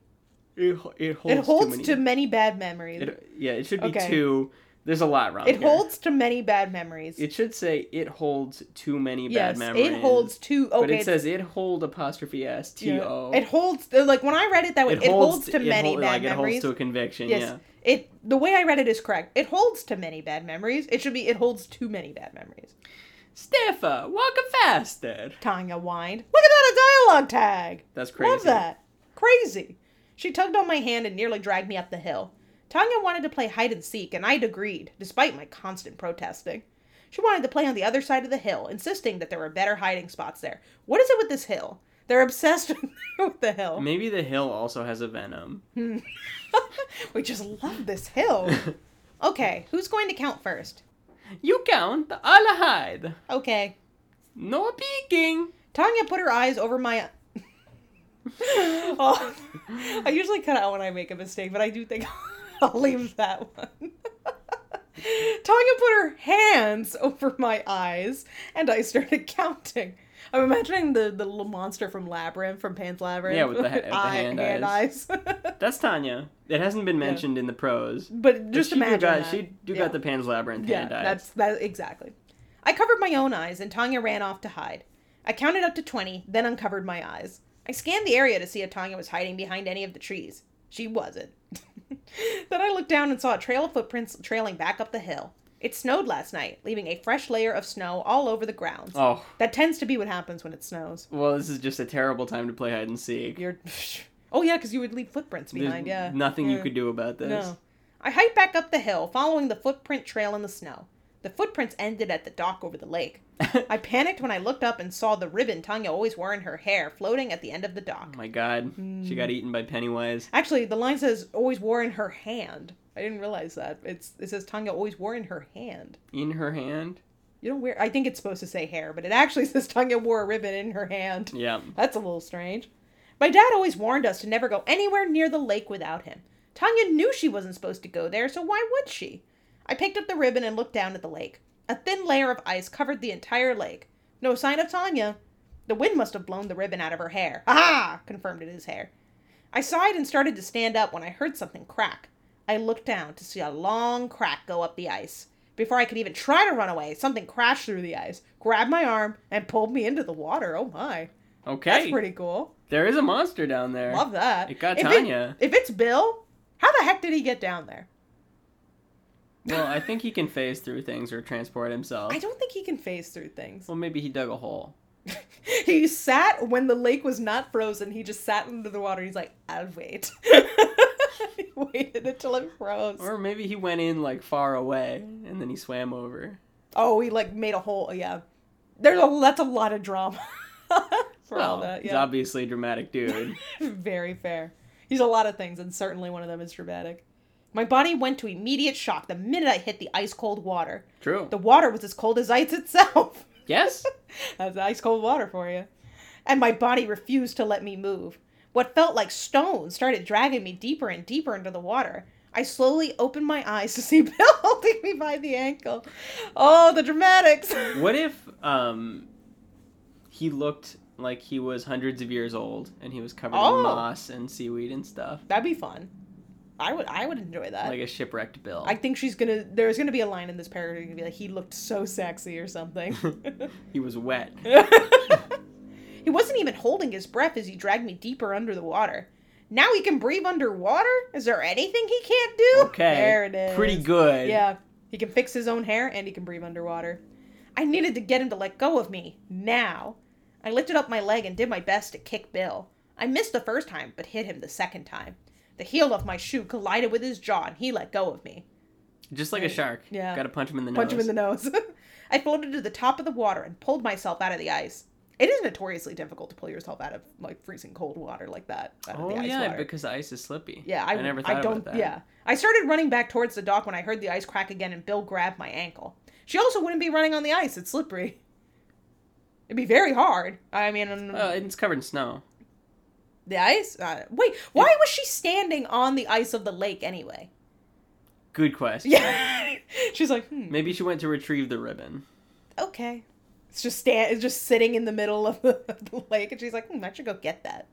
It, ho- it holds.
it holds
too many.
to many bad memories.
It, yeah, it should be
Okay.
two. There's a lot wrong.
It
here.
holds to many bad memories.
It should say it holds too many
yes,
bad memories.
it holds to.
But
Okay,
it says it hold apostrophe s
yeah.
t o.
It holds uh, like when I read it that way. It, holds, to
it
many
hold-
bad
like, It
memories.
holds to a conviction.
yes,
Yeah.
it. The way I read it is correct. It holds to many bad memories. It should be. It holds too many bad memories.
Steffa, walk faster.
Tanya whined. Look at that a dialogue tag.
That's crazy.
Love that. Crazy. She tugged on my hand and nearly dragged me up the hill. Tanya wanted to play hide and seek, and I'd agreed, despite my constant protesting. She wanted to play on the other side of the hill, insisting that there were better hiding spots there. What is it with this hill? They're obsessed with the hill. Hmm.
Maybe the hill also has a venom.
We just love this hill. Okay, who's going to count first?
You count, I'll hide.
Okay.
No peeking.
Tanya put her eyes over my. oh, I usually cut out when I make a mistake, but I do think I'll leave that one. Tanya put her hands over my eyes, and I started counting. I'm imagining the, the little monster from Labyrinth, from Pan's Labyrinth.
Yeah, with the ha- with the hand eyes. That's Tanya. It hasn't been mentioned in the prose.
but just
she do
imagine.
got,
that.
She do
Yeah.
got the Pan's Labyrinth
Yeah,
hand eye.
that's that exactly. I covered my own eyes, and Tanya ran off to hide. I counted up to twenty, then uncovered my eyes. I scanned the area to see if Tanya was hiding behind any of the trees. She wasn't. then I looked down and saw a trail of footprints trailing back up the hill. It snowed last night, leaving a fresh layer of snow all over the grounds.
Oh,
That tends to be what happens when it snows.
well, this is just a terrible time to play hide and seek.
You're, oh yeah, because you would leave footprints
There's
behind. Yeah,
nothing you
Yeah.
could do about this.
No. I hiked back up the hill, following the footprint trail in the snow. The footprints ended at the dock over the lake. I panicked when I looked up and saw the ribbon Tanya always wore in her hair floating at the end of the dock.
Oh my god. She
Mm.
got eaten by Pennywise.
Actually, the line says always wore in her hand. I didn't realize that. It's it says Tanya always wore in her hand.
In her hand?
You don't wear I think it's supposed to say hair, but it actually says Tanya wore a ribbon in her hand.
Yeah.
That's a little strange. My dad always warned us to never go anywhere near the lake without him. Tanya knew she wasn't supposed to go there, so why would she? I picked up the ribbon and looked down at the lake. A thin layer of ice covered the entire lake. No sign of Tanya. The wind must have blown the ribbon out of her hair. Aha! confirmed it is hair. I sighed and started to stand up when I heard something crack. I looked down to see a long crack go up the ice. Before I could even try to run away, something crashed through the ice, grabbed my arm, and pulled me into the water. Oh my.
Okay.
That's pretty cool.
There is a monster down there.
Love that.
It got
If
Tanya.
if it's Bill, how the heck did he get down there?
Well, I think he can phase through things or transport himself.
I don't think he can phase through things.
Well, maybe he dug a hole.
he sat when the lake was not frozen. He just sat under the water. He's like, I'll wait. he waited until it froze.
Or maybe he went in like far away and then he swam over.
oh, he like made a hole. Yeah, there's a that's a lot of drama for all
Well,
that.
He's
Yeah,
obviously a dramatic dude.
very fair. He's a lot of things, and certainly one of them is dramatic. My body went to immediate shock the minute I hit the ice cold water.
True.
The water was as cold as ice itself.
Yes?
That's ice cold water for you. And my body refused to let me move. What felt like stones started dragging me deeper and deeper into the water. I slowly opened my eyes to see Bill holding me by the ankle. Oh, the dramatics.
What if um he looked like he was hundreds of years old and he was covered
Oh.
in moss and seaweed and stuff?
That'd be fun. I would I would enjoy that.
Like a shipwrecked Bill.
I think she's gonna there's gonna be a line in this paragraph gonna be like, he looked so sexy or something.
He was wet.
he wasn't even holding his breath as he dragged me deeper under the water. Now he can breathe underwater? Is there anything he can't do?
Okay.
There it is.
Pretty good.
Yeah. He can fix his own hair and he can breathe underwater. I needed to get him to let go of me. Now. I lifted up my leg and did my best to kick Bill. I missed the first time, but hit him the second time. The heel of my shoe collided with his jaw and he let go of me.
Just like a shark.
Yeah.
Gotta punch him in the
Punch him
nose.
in the nose. I floated to the top of the water and pulled myself out of the ice. It is notoriously difficult to pull yourself out of like freezing cold water like that. Out of
Oh
the ice
yeah,
water.
because the ice is slippy.
Yeah, I,
I never
I
thought
don't.
about that.
Yeah, I started running back towards the dock when I heard the ice crack again, and Bill grabbed my ankle. She also wouldn't be running on the ice; it's slippery. It'd be very hard. I mean, um,
Uh, it's covered in snow.
the ice. Uh, wait, why was she standing on the ice of the lake anyway?
Good question.
Yeah, she's like, hmm,
Maybe she went to retrieve the ribbon.
okay. It's just stand. It's just sitting in the middle of the, of the lake, and she's like, hmm, I should go get that.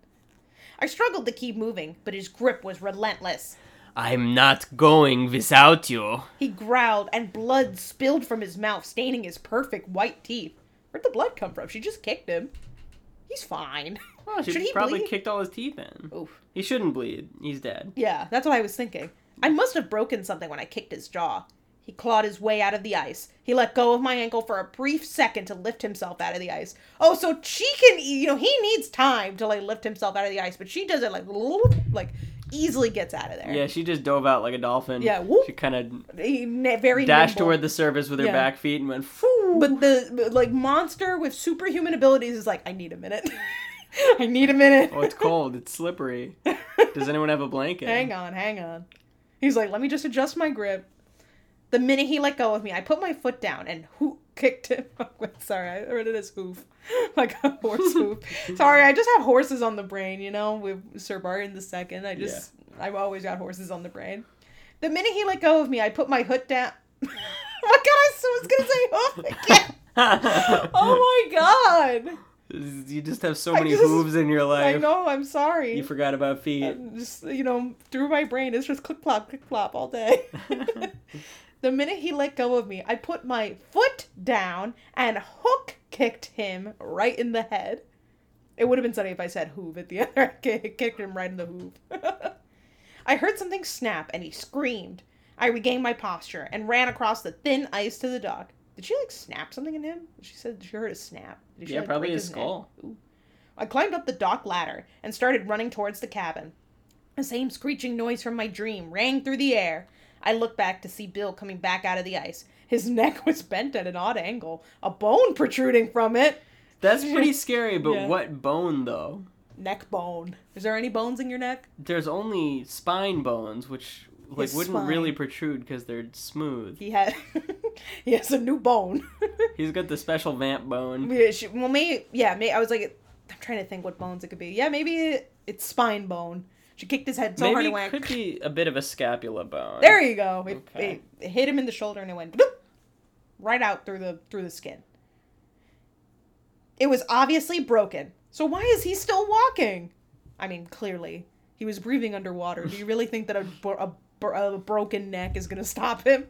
I struggled to keep moving, but his grip was relentless.
I'm not going without you.
He growled, and blood spilled from his mouth, staining his perfect white teeth. Where'd the blood come from? She just kicked him. He's fine.
Well, she
Should he
probably
bleed?
kicked all his teeth in.
Oof.
He shouldn't bleed. He's dead.
Yeah, that's what I was thinking. I must have broken something when I kicked his jaw. He clawed his way out of the ice. He let go of my ankle for a brief second to lift himself out of the ice. Oh, so she can, e, you know, he needs time to like lift himself out of the ice, but she does it like, like easily gets out of there.
Yeah, she just dove out like a dolphin.
Yeah, whoop.
She kind of
He ne- very
dashed
nimble.
toward the surface with her
Yeah.
back feet and went, Phew!
But the but, like monster with superhuman abilities is like, I need a minute. I need a minute.
Oh, it's cold. It's slippery. Does anyone have a blanket?
Hang on, hang on. He's like, let me just adjust my grip. The minute he let go of me, I put my foot down and who kicked him. Sorry, I read it as hoof, like a horse hoof. Sorry, I just have horses on the brain, you know, with Sir Barton the second. I just, I've always got horses on the brain. The minute he let go of me, I put my hood down. oh my god, I s- was gonna say hoof again. Oh my god.
You just have so
I
many
just-
hooves in your
I
life.
know, I'm sorry.
You forgot about feet.
just you know through my brain it's just click clop click clop all day the minute he let go of me i put my foot down and hook kicked him right in the head it would have been funny if i said hoof at the end i kicked him right in the hoof i heard something snap and he screamed i regained my posture and ran across the thin ice to the dog did she like snap something in him she said she heard a snap Did she,
Yeah,
like,
probably
break
his
neck?
skull.
I climbed up the dock ladder and started running towards the cabin. The same screeching noise from my dream rang through the air. I looked back to see Bill coming back out of the ice. His neck was bent at an odd angle, a bone protruding from it.
That's pretty scary, but
Yeah.
what bone though?
Neck bone. Is there any bones in your neck?
There's only spine bones, which like
His
wouldn't
spine.
really protrude because they're smooth.
He had he has a new bone.
He's got the special vamp bone.
Yeah, she- well, maybe yeah. May I was like, I'm trying to think what bones it could be. Yeah, maybe it, it's spine bone. She kicked his head so hard
Maybe
it
it
went.
could be a bit of a scapula bone.
There you go. It,
Okay.
it, it hit him in the shoulder and it went bloop, right out through the through the skin. It was obviously broken. So why is he still walking? I mean, clearly he was breathing underwater. Do you really think that a bro- a, bro- a broken neck is going to stop him?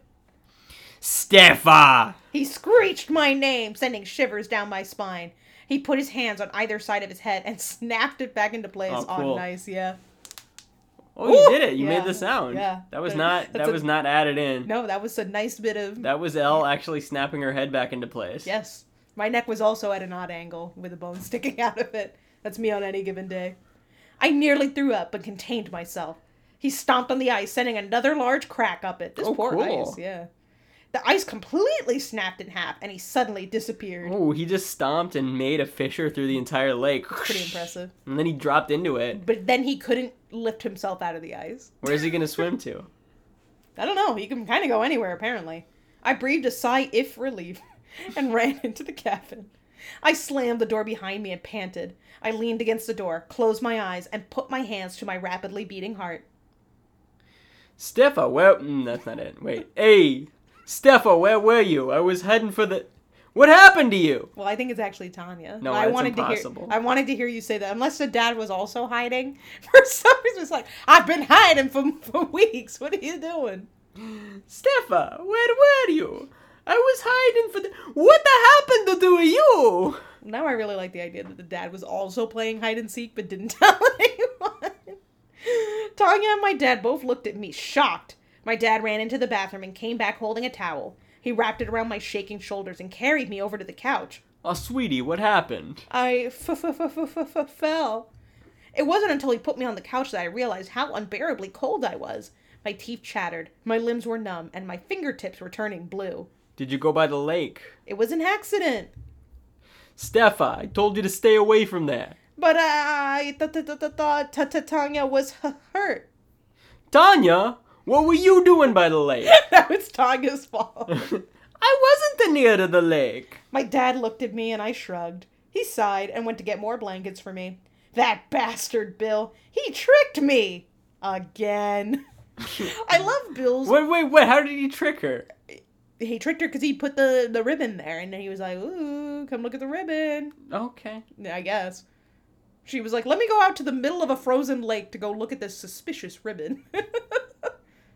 Stefa.
He screeched my name, sending shivers down my spine. He put his hands on either side of his head and snapped it back into place
Oh, cool.
on nice, yeah.
Oh, you
Ooh!
did it! You
Yeah.
made the sound.
Yeah.
That was
That-
not.
that's
That
a-
was not added in.
No, that was a nice bit of
That was Elle actually snapping her head back into place.
Yes. My neck was also at an odd angle with a bone sticking out of it. That's me on any given day. I nearly threw up but contained myself. He stomped on the ice, sending another large crack up it. This
Oh,
poor
cool.
ice, yeah. The ice completely snapped in half and he suddenly disappeared.
Oh, he just stomped and made a fissure through the entire lake.
Pretty impressive.
And then he dropped into it.
But then he couldn't lift himself out of the ice.
Where's he gonna swim to?
I don't know. He can kind of go anywhere, apparently. I breathed a sigh, if relief, and ran into the cabin. I slammed the door behind me and panted. I leaned against the door, closed my eyes, and put my hands to my rapidly beating heart.
Stefa, where? Mm, that's not it. Wait. Hey, Stefa, where were you? I was heading for the. What happened to you?
Well, I think it's actually Tanya.
No,
I
that's
wanted
impossible.
to hear. I wanted to hear you say that, unless the dad was also hiding for some reason. It's like I've been hiding for for weeks. What are you doing?
Stefa, where were you? I was hiding for the. What the happened to you?
Now I really like the idea that the dad was also playing hide and seek but didn't tell anyone. Tanya and my dad both looked at me, shocked. My dad ran into the bathroom and came back holding a towel. He wrapped it around my shaking shoulders and carried me over to the couch.
Oh, sweetie, what happened?
I f- f- f- f- f- f- fell. It wasn't until he put me on the couch that I realized how unbearably cold I was. My teeth chattered, my limbs were numb, and my fingertips were turning blue.
Did you go by the lake?
It was an accident.
Stefa, I told you to stay away from there.
But uh, I thought th- th- th- thought Ta- Ta- Tanya was h- hurt.
Tanya, what were you doing by the lake?
Now it's Tanya's fault.
I wasn't near to the lake.
My dad looked at me and I shrugged. He sighed and went to get more blankets for me. That bastard Bill, he tricked me again. I love Bill's.
Wait, wait, wait. How did he trick her?
He tricked her because he put the the ribbon there, and then he was like, "Ooh, come look at the ribbon."
Okay.
I guess. She was like, "Let me go out to the middle of a frozen lake to go look at this suspicious ribbon."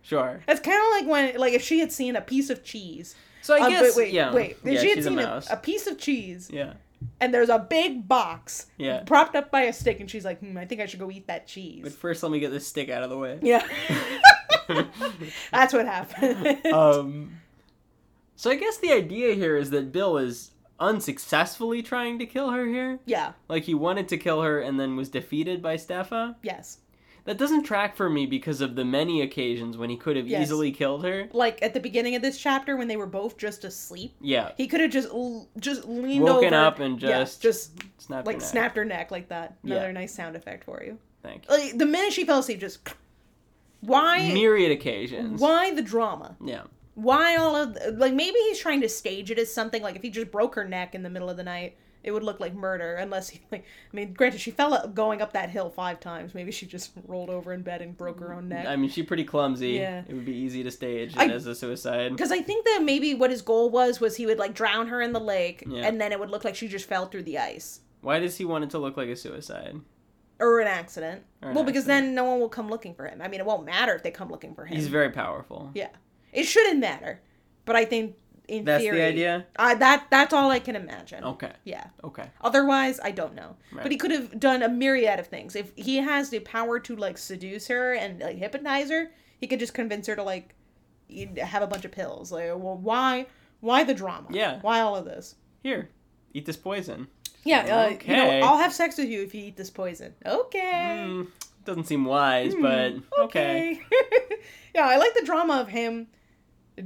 Sure.
That's kind of like when, like, if she had seen a piece of cheese.
So I
Uh,
guess
but wait,
yeah.
wait. If
yeah,
she had
she's a
seen a,
mouse.
a piece of cheese,
yeah.
and there's a big box
Yeah.
propped up by a stick, and she's like, "Hmm, I think I should go eat that cheese."
But first, let me get this stick out of the way.
Yeah. That's what happened.
Um. So I guess the idea here is that Bill is unsuccessfully trying to kill her here.
yeah.
Like he wanted to kill her and then was defeated by Steffa.
Yes.
That doesn't track for me because of the many occasions when he could have
Yes.
easily killed her.
Like at the beginning of this chapter, when they were both just asleep,
Yeah.
he could have just l- just leaned
Woken
over,
up and
yeah,
just
just
Snapped her
like
neck.
snapped her neck like that. Another
Yeah.
nice sound effect for you.
Thank you.
Like the minute she fell asleep, just why?
Myriad occasions.
why the drama?
Yeah.
Why all of th- like maybe he's trying to stage it as something like if he just broke her neck in the middle of the night, it would look like murder. Unless he like, I mean, granted, she fell up going up that hill five times. Maybe she just rolled over in bed and broke her own neck.
I mean, she's pretty clumsy.
Yeah.
It would be easy to stage
I-
it as a suicide.
Because I think that maybe what his goal was was he would like drown her in the lake,
Yeah.
and then it would look like she just fell through the ice
Why does he want it to look like a suicide?
or an accident.
Or an
well, because then no one will come looking for him. I mean, it won't matter if they come looking for him.
He's very powerful.
yeah, it shouldn't matter. But I think in
That's
theory,
the idea? Oh.
I, that that's all I can imagine.
Okay.
Yeah.
Okay.
Otherwise, I don't know. But
Right.
he could have done a myriad of things. If he has the power to like seduce her and like hypnotize her, he could just convince her to like eat- have a bunch of pills. Like, well, why, why the drama?
Yeah.
Why all of this?
Here, eat this poison.
Yeah. Uh, You know,
Okay.
I'll have sex with you if you eat this poison. Okay.
Mm, doesn't seem wise,
Hmm,
but okay.
yeah, I like the drama of him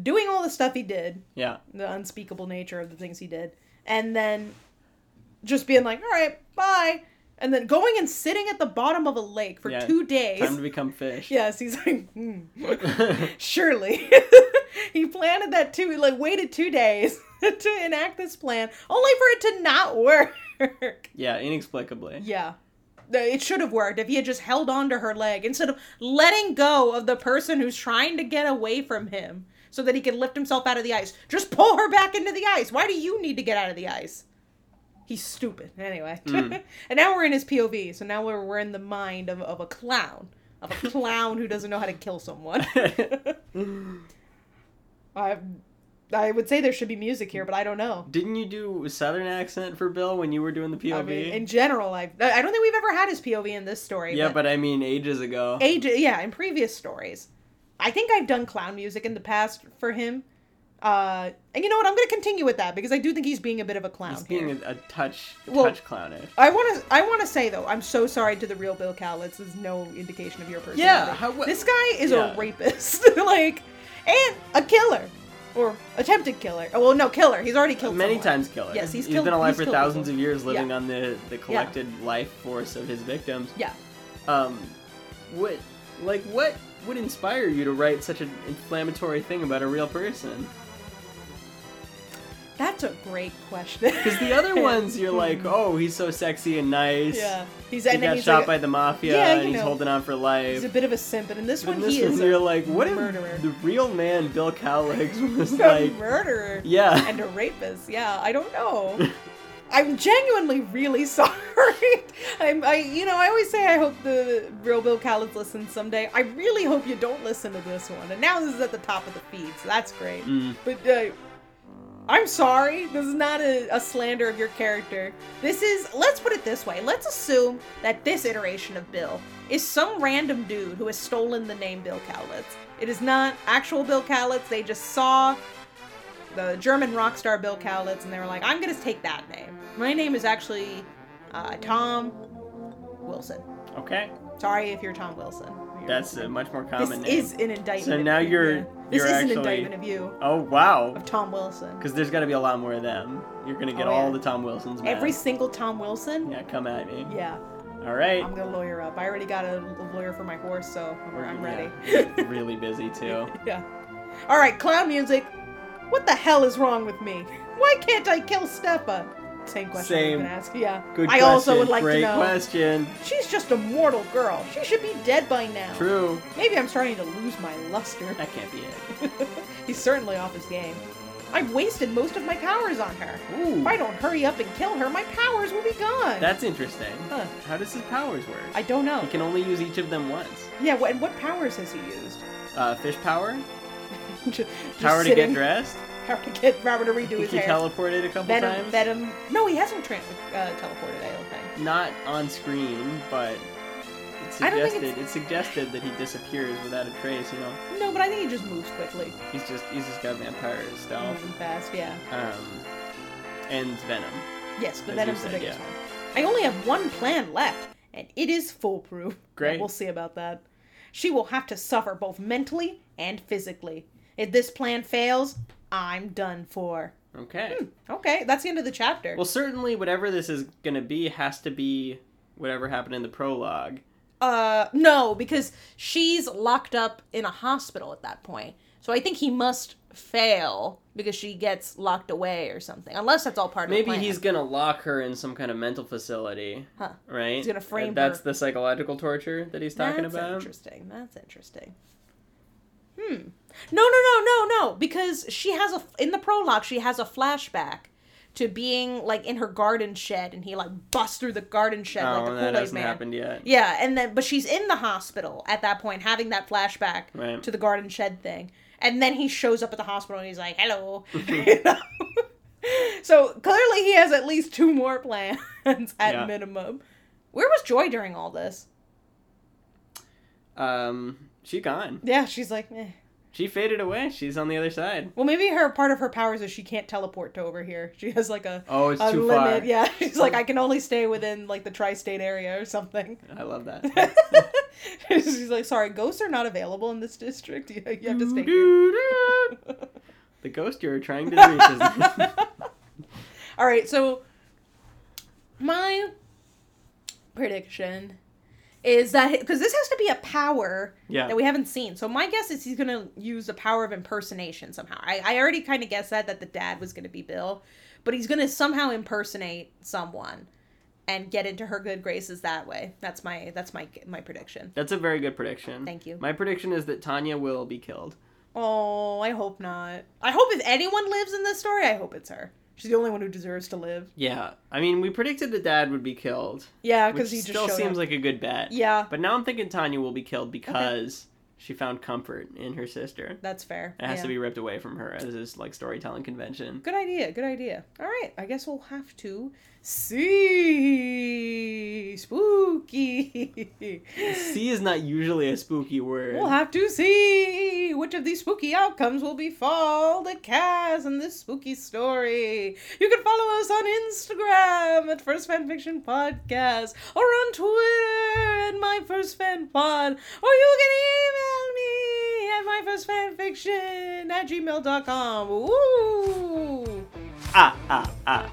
doing all the stuff he did,
Yeah.
the unspeakable nature of the things he did, and then just being like, all right, bye. And then going and sitting at the bottom of a lake for
Yeah,
two days.
Time to become fish.
Yes, he's like, hmm, surely. he planned that two, he, like, waited two days to enact this plan, only for it to not work.
yeah, inexplicably.
yeah. Th- It should have worked if he had just held on to her leg instead of letting go of the person who's trying to get away from him so that he can lift himself out of the ice. Just pull her back into the ice. Why do you need to get out of the ice? He's stupid. Anyway. and now we're in his POV. So now we're, we're in the mind of, of a clown. Of a clown who doesn't know how to kill someone. I, I would say there should be music here, but I don't know.
Didn't you do a southern accent for Bill when you were doing the POV?
I mean, in general, I I don't think we've ever had his POV in this story.
yeah, but I mean ages ago.
age, yeah, in previous stories, I think I've done clown music in the past for him. Uh, and you know what? I'm going to continue with that because I do think he's being a bit of a clown
He's
here.
being a, a touch
Well-
touch clownish.
I want to I want to say though, I'm so sorry to the real Bill Cowlitz. There's no indication of your personality.
how- wha-
this guy is
Yeah.
a rapist, like, and a killer, or attempted killer. Oh well, no, killer. He's already killed
Many
someone.
times killer.
Yes, he's
He's
killed-
been alive
he's
for
killed
thousands
people.
of years living
Yeah.
on the, the collected life force of his victims.
Yeah.
Um what like what would inspire you to write such an inflammatory thing about a real person?
That's a great question.
Because the other ones, you're like, oh, he's so sexy and nice.
yeah, he's
He
and then
got
he's
shot
like,
by the mafia,
Yeah, you
and he's
know.
holding on for life.
he's a bit of a simp, and in this
But
one
in this
he is
one, you're
a
like, what
murderer.
if the real man, Bill Cowlegs, was
a
like,
murderer
yeah,
and a rapist. Yeah, I don't know. I'm genuinely really sorry. I'm, I, you know, I always say I hope the real Bill Cowlitz listens someday. I really hope you don't listen to this one. And now this is at the top of the feed, so that's great.
Mm.
But uh, I'm sorry. This is not a, a slander of your character. This is, let's put it this way. Let's assume that this iteration of Bill is some random dude who has stolen the name Bill Cowlitz. It is not actual Bill Cowlitz. They just saw the German rock star Bill Cowlitz, and they were like, I'm going to take that name. My name is actually uh, Tom Wilson.
okay,
Sorry if you're Tom Wilson. You're-
that's a much more
this
common name.
is an indictment.
So
of
now
you,
you're-
yeah. this
you're
is
actually-
an indictment of you
Oh wow,
of Tom Wilson.
because there's got to be a lot more of them. You're gonna get
Oh,
all
yeah.
the Tom Wilsons. Mad.
Every single Tom Wilson.
yeah, come at me.
Yeah,
All right.
I'm gonna lawyer up. I already got a a lawyer for my horse, so I'm,
We're-
I'm
yeah,
ready.
we're really busy too.
Yeah. All right, clown music. What the hell is wrong with me? Why can't I kill Steppa? Same question I'm
Same.
gonna ask. Yeah.
Good
I
question.
also would like
Great
to know.
question.
She's just a mortal girl. She should be dead by now.
True.
Maybe I'm starting to lose my luster.
That can't be it.
He's certainly off his game. I've wasted most of my powers on her.
Ooh,
If I don't hurry up and kill her, my powers will be gone.
that's interesting.
Huh.
How does his powers work?
I don't know.
He can only use each of them once.
Yeah, what, and what powers has he used?
Uh, fish power.
just
Power to get
sitting.
dressed.
Power to get Robert to redo
I
his
think he
hair.
teleported a couple
Venom,
times.
Venom. No, he hasn't tran uh, teleported. I don't think.
Not on screen, but it
I don't think
suggested it suggested that he disappears without a trace. You know,
No, but I think he just moves quickly.
he's just he's just got vampire stealth.
Moving fast, yeah.
Um, and venom.
Yes,
As you
but Venom's the
said,
biggest
yeah.
one. I only have one plan left, and it is foolproof.
Great.
We'll see about that. She will have to suffer both mentally and physically. If this plan fails, I'm done for.
Okay.
Hmm. Okay, that's the end of the chapter.
Well, certainly whatever this is gonna be has to be whatever happened in the prologue.
Uh, no, because she's locked up in a hospital at that point. So I think he must fail because she gets locked away or something. Unless that's all part of the
Maybe
plan.
he's gonna lock her in some kind of mental facility,
Huh.
right?
He's gonna frame
And That's
her.
the psychological torture that he's talking
That's
about.
interesting. That's interesting. Hmm. No, no, no, no, no. Because she has a in the prologue, she has a flashback to being like in her garden shed, and he like busts through the garden shed
Oh,
like the
and that
Kool Aid
hasn't
Man.
happened yet.
Yeah, and then but she's in the hospital at that point, having that flashback
Right.
to the garden shed thing, and then he shows up at the hospital and he's like, "Hello." You know? so clearly, he has at least two more plans at
Yeah.
minimum. Where was Joy during all this?
Um, she gone.
Yeah, she's like, eh.
She faded away. She's on the other side.
well, maybe her part of her powers is she can't teleport to over here. She has like a
Oh, it's
a
too
limit.
far. Oh.
Yeah, she's like, I can only stay within like the tri-state area or something.
I love that.
she's like, sorry, ghosts are not available in this district. You, you have to
Mm,
stay here.
the ghost you're trying to reach is
All right, so my prediction is that because this has to be a power
Yeah.
that we haven't seen. So my guess is he's gonna use the power of impersonation somehow. I, I already kind of guessed that that the dad was gonna be Bill, but he's gonna somehow impersonate someone and get into her good graces that way. That's my that's my my prediction.
That's a very good prediction.
Thank you.
My prediction is that Tanya will be killed.
Oh, I hope not. I hope if anyone lives in this story, I hope it's her. She's the only one who deserves to live.
Yeah. I mean, we predicted that Dad would be killed,
Yeah,
which
because he just
still
showed
seems
up.
like a good bet.
yeah,
But now I'm thinking Tanya will be killed because she found comfort in her sister.
that's fair.
It has
yeah.
to be ripped away from her as is like storytelling convention.
Good idea, good idea. All right, I guess we'll have to see. Spooky.
C is not usually a spooky word.
We'll have to see which of these spooky outcomes will befall the cast in this spooky story. You can follow us on Instagram at First Fan Fiction Podcast or on Twitter at My First Fan Pod, or you can email me at My First Fan Fiction at gmail.com. Ooh.
ah, ah, ah.